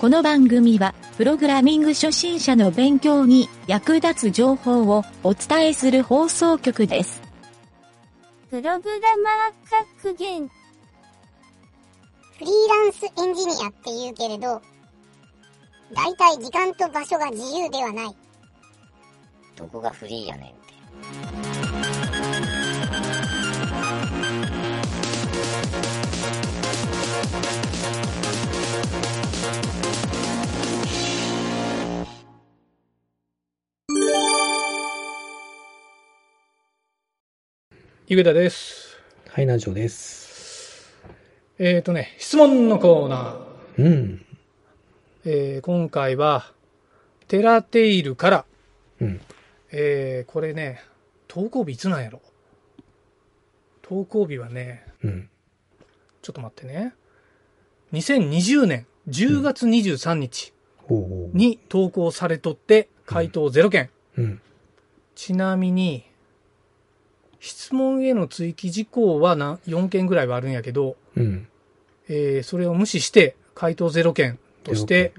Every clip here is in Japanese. この番組は、プログラミング初心者の勉強に役立つ情報をお伝えする放送局です。プログラマー格言。フリーランスエンジニアって言うけれど、大体時間と場所が自由ではない。どこがフリーやねんって。ゆげたです。はい、南條です。えっ、とね、質問のコーナー。うん。えー今回は、テラテイルから、うん。えーこれね、投稿日いつなんやろ投稿日はね、うん。ちょっと待ってね。2020年10月23日ほうほう。に投稿されとって、回答0件。うん。ちなみに、質問への追記事項はな4件ぐらいはあるんやけど、うん。えーそれを無視して、回答0件として、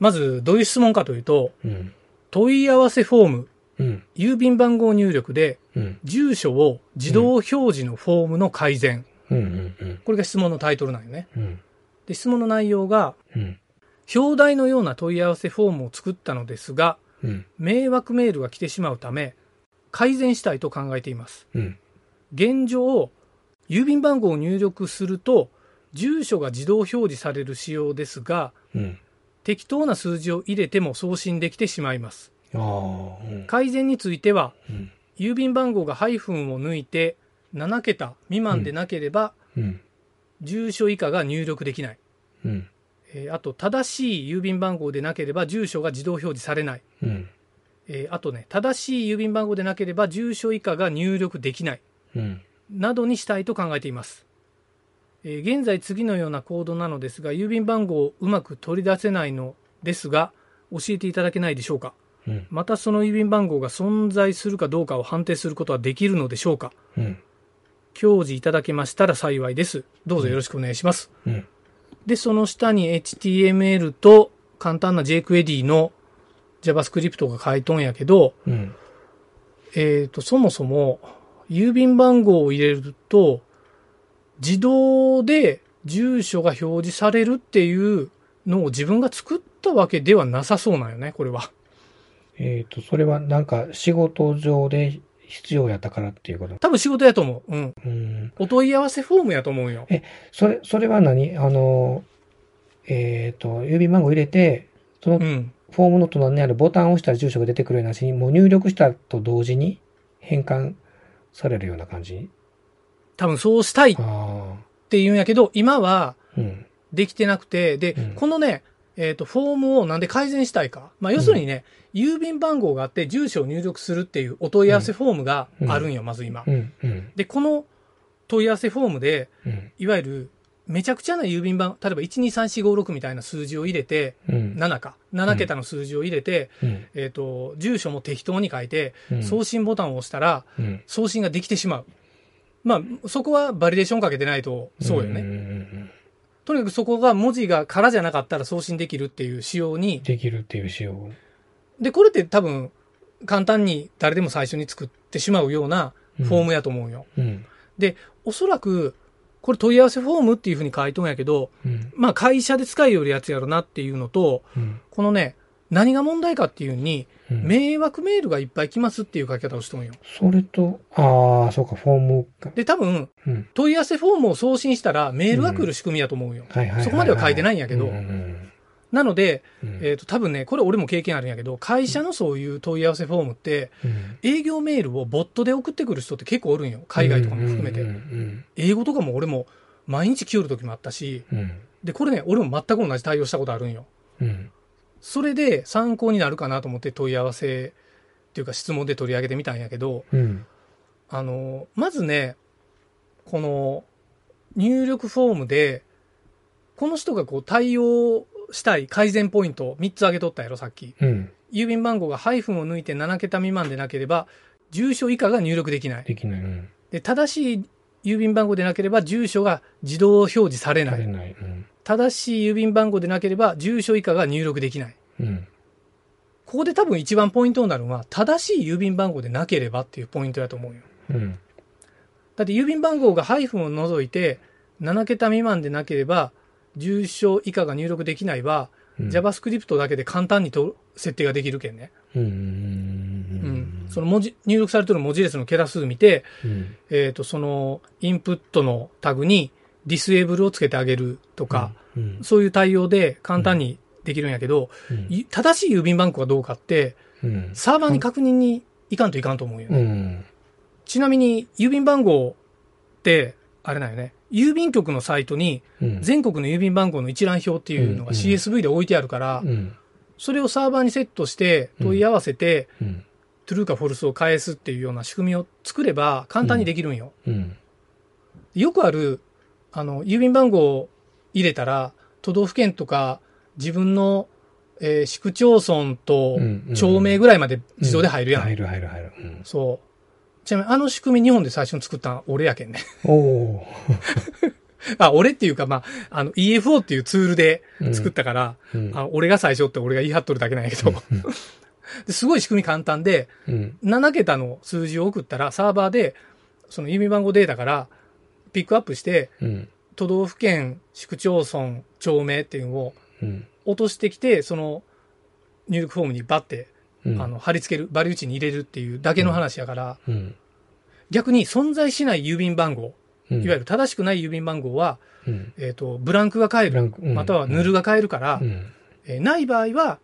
まず、どういう質問かというと、うん。問い合わせフォーム、うん。郵便番号入力で、うん。住所を自動表示のフォームの改善。うん。うん。うん。これが質問のタイトルなんよね。うん。で、質問の内容が、うん。表題のような問い合わせフォームを作ったのですが、うん。迷惑メールが来てしまうため、改善したいと考えています。うん。現状、郵便番号を入力すると、住所が自動表示される仕様ですが、うん。適当な数字を入れても送信できてしまいます。ああ。うん。改善については、うん。郵便番号がハイフンを抜いて7桁未満でなければ、うん。住所以下が入力できない。うん。えーあと、正しい郵便番号でなければ住所が自動表示されない。うん。えーあとね、正しい郵便番号でなければ住所以下が入力できない。うん。などにしたいと考えています。えー現在次のようなコードなのですが、郵便番号をうまく取り出せないのですが、教えていただけないでしょうか。うん。またその郵便番号が存在するかどうかを判定することはできるのでしょうか。うん。表示いただけましたら幸いです。どうぞよろしくお願いします。うん。で、その下に HTML と簡単な JQuery の JavaScript が書いとんやけど、うん。えっ、と、そもそも、郵便番号を入れると、自動で住所が表示されるっていうのを自分が作ったわけではなさそうなんよね、これは。えっと、それはなんか仕事上で必要やったからっていうこと。多分仕事やと思う。うん。うん。お問い合わせフォームやと思うよ。それ、それは何あの、えっと、郵便番号入れて、そのうん。フォームの隣にあるボタンを押したら住所が出てくるようなしに、もう入力したと同時に変換されるような感じ。多分そうしたいっあて言うんやけど、今はあ。うん。できてなくて、で、うんこのね、えっ、と、フォームをなんで改善したいか。まあ、要するにね、郵便番号があって住所を入力するっていうお問い合わせフォームがあるんよ、まず今。うん。うん。で、この問い合わせフォームで、うん。いわゆる、めちゃくちゃな郵便番、例えば123456みたいな数字を入れて、うん。 7か、7桁の数字を入れて、うん。えっ、と、住所も適当に書いて、うん送信ボタンを押したら、うん。送信ができてしまう。まあ、そこはバリデーションかけてないと、そうよね。んんうんとにかくそこが文字が空じゃなかったら送信できるっていう仕様に、できるっていう仕様。で、これって多分、簡単に誰でも最初に作ってしまうようなフォームやと思うよ。うん。おそらく、これ問い合わせフォームっていうふうに書いとんやけど、うん。まあ会社で使えよるやつやろなっていうのと、うん。このね、何が問題かっていうに、うん迷惑メールがいっぱい来ますっていう書き方をしとんよ。それと、ああ、そうか、フォームか。で、多分、うん。問い合わせフォームを送信したらメールが来る仕組みやと思うよ。はいはいはい。そこまでは書いてないんやけどうんうんなので、うん。えっ、と、多分ね、これ俺も経験あるんやけど、会社のそういう問い合わせフォームって、うん営業メールをボットで送ってくる人って結構おるんよ。海外とかも含めうんて。うん英語とかも俺も毎日来よる時もあったし、うん。うんで、これね、俺も全く同じ対応したことあるんよ。うん。それで参考になるかなと思って問い合わせっていうか質問で取り上げてみたんやけど、うん。あの、まずね、この入力フォームで、この人がこう対応したい改善ポイントを3つ挙げとったやろ、さっき。うん。郵便番号がハイフンを抜いて7桁未満でなければ、住所以下が入力できない。できない。うん。で、正しい郵便番号でなければ、住所が自動表示されなされい。ない。うん。正しい郵便番号でなければ、住所以下が入力できない。うん。ここで多分一番ポイントになるのは、正しい郵便番号でなければっていうポイントだと思うよ。うん。だって郵便番号がハイフンを除いて、7桁未満でなければ、住所以下が入力できないは、うん。 JavaScript だけで簡単にと設定ができるけんね。うん。うんうん。その文字、入力されてる文字列の桁数見て、うん。えっ、と、その、インプットのタグに、ディスエーブルをつけてあげるとか、うん。そういう対応で簡単にできるんやけど、うん。い正しい郵便番号がどうかって、うん。サーバーに確認にいかんといかんと思うよ。うん。ちなみに、郵便番号って、あれなんよね。郵便局のサイトに、うん。全国の郵便番号の一覧表っていうのうがん CSV で置いてあるからう、ん。それをサーバーにセットして、問い合わせて、うん。トゥルーかフォルスを返すっていうような仕組みを作れば簡単にできるんよ。うん。よくある、あの、郵便番号を入れたら、都道府県とか、自分の、えー市区町村とうんうん町名ぐらいまで自動で入るやん。入る入る入る。うん、そう。ちなみに、あの仕組み日本で最初に作ったの俺やけんね。 おあ、俺っていうか、まあ、あの、EFO っていうツールでお。作ったから、た。うん。あの俺が最初って俺が言い張っとるだけなんやけど。 ですごい仕組み簡単で、うん。 7桁の数字を送ったら、サーバーで、その郵便番号データから、ピックアップして、うん。都道府県、市区町村、町名っていうのをうん。落としてきて、その入力フォームにバッて、うん。あの、貼り付ける、バリ打ちに入れるっていうだけの話やから、うん。逆に存在しない郵便番号、うん。いわゆる正しくない郵便番号は、うん。えっ、と、ブランクが変えブラる、ンク。うんまたはヌルが変えるから、うん。えーない場合は、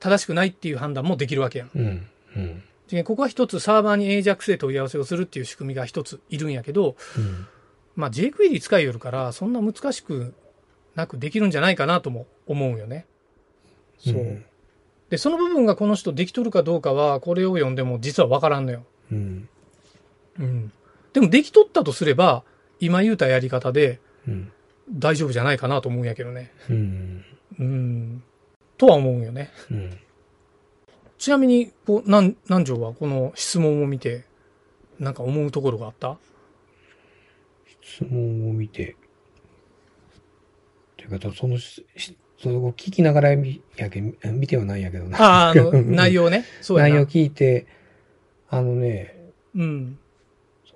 正しくないっていう判断もできるわけやん。うん。うん。でここは一つサーバーに AJAX で問い合わせをするっていう仕組みが一ついるんやけど、うん。まあ、JQuery 使いよるから、そんな難しくなくできるんじゃないかなとも思うよね。そう。で、その部分がこの人できとるかどうかは、これを読んでも実はわからんのよ。うん。うん。でもできとったとすれば、今言うたやり方でうん。大丈夫じゃないかなと思うんやけどね。うん。うん。とは思うよね。うん。ちなみに、こう、なん、南條はこの質問を見て、なんか思うところがあ った質問を見て。というか、その、しその聞きながらみやけ、見てはないんやけどな。ああ、あの、内容ね。そうやな。内容聞いて、あのね、うん。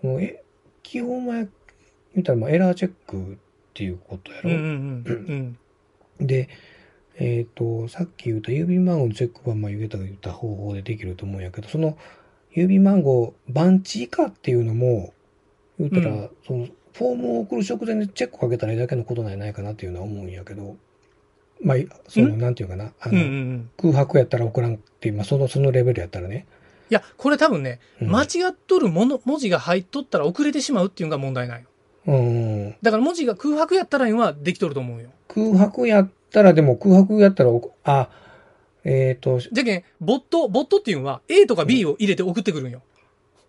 そのえ基本は言ったらまあエラーチェックっていうことやうろ、んうんうん。うん。でえっ、とさっき言った郵便番号のチェックはまあ言った言った方法でできると思うんやけどその郵便番号番地以下っていうのも言ったら、うそのフォームを送る直前でチェックかけたらええだけのことなんやないかなっていうのは思うんやけどまあそのんなんていうかなあうんうの、んうん。空白やったら送らんっていう、まあ、そのそのレベルやったらね、いや、これ多分ね、うん、間違っとるもの、文字が入っとったら遅れてしまうっていうのが問題ない。うんだから文字が空白やったら今はできとると思うよ。空白やったら、でも空白やったらおこ、あ、えっ、と、じゃけん、ボット、ボットっていうのは A とか B を入れて送ってくるんよ。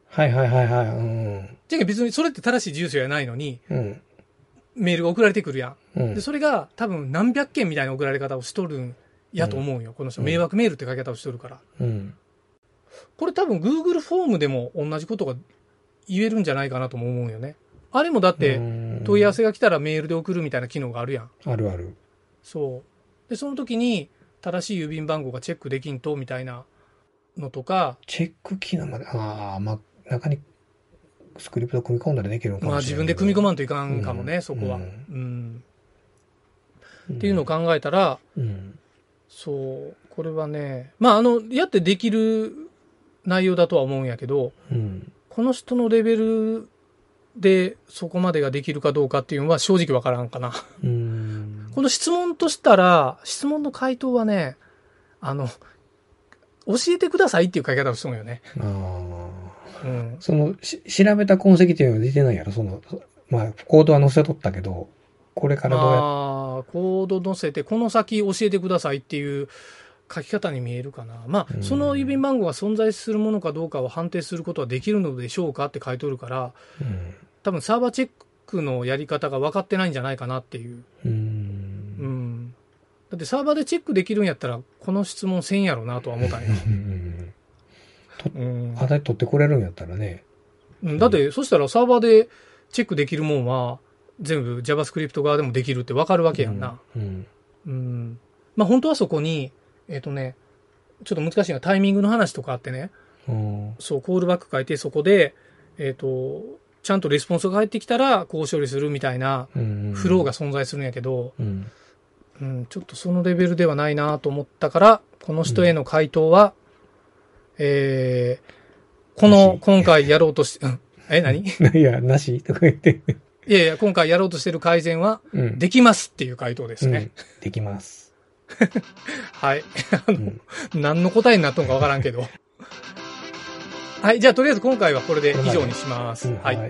はいはいはいはい、うん、じゃけん別にそれって正しい住所やないのに、うん、メールが送られてくるや。うんんで、、それが多分何百件みたいな送られ方をしとるんやと思うよ。この人、迷惑メールって書き方をしとるから。うん、これ多分 Google フォームでも同じことが言えるんじゃないかなとも思うよね。あれもだって、問い合わせ。せが来たらメールで送るみたいな機能があるやん。あるある。そう。で、その時に正しい郵便番号がチェックできんと、みたいなのとか、チェック機能まで、ああ、まあ、中にスクリプト組み込んだらできるのかまあもし自れな分いでけど。組み込まんといかんかもね、うんそこは、ううんんむっていうのを考えたら、うん、そう、これはね、まああの、やってできる内容だとは思うんやけど、うん、この人のレベルでそこまでができるかどうかっていうのは正直わからんか な。うん。この質問としたら、質問の回答はね、あの、教えてくださいっていう書き方をしとるんよね。あうあ。ん。その、し調べた痕跡っていうのは出てないやろ、その、まあ、コードは載せとったけど、これからどうあやっあ、コード載せて、この先教えてくださいっていう書き方に見えるかな。まうあ、んその郵便番号が存在するものかどうかを判定することはできるのでしょうかって書いておるから、多分サーバーチェックのやり方が分かってないんじゃないかなっていう。うん、う。うんん。だってサーバーでチェックできるんやったら、この質問せんやろなとは思った んよ。うん。うんあたり取ってこれるんやったらね。うん。だって、そしたらサーバーでチェックできるもんは、全部 JavaScript 側でもできるってわかるわけやんな。うん。うん。まあ本当はそこに、えっ、とね、ちょっと難しいのはタイミングの話とかあってね、うん。そう、コールバック書いて、そこで、えっ、と、ちゃんとレスポンスが返ってきたら、こう処理するみたいなうん。フローが。存在するんやけど、うん。 うん、ちょっとそのレベルではないなと思ったから、この人への回答は、えー、こなのし、今回やろうとし、うんえ、何 いいや、なしとか言って。やいや、今回やろうとしてる改善は、うん。できますっていう回答ですうんね。で きます。はい。うん。何の答えになったのかわからんけど。はい、じゃあとりあえず今回はこれで以上にします。うんはい。。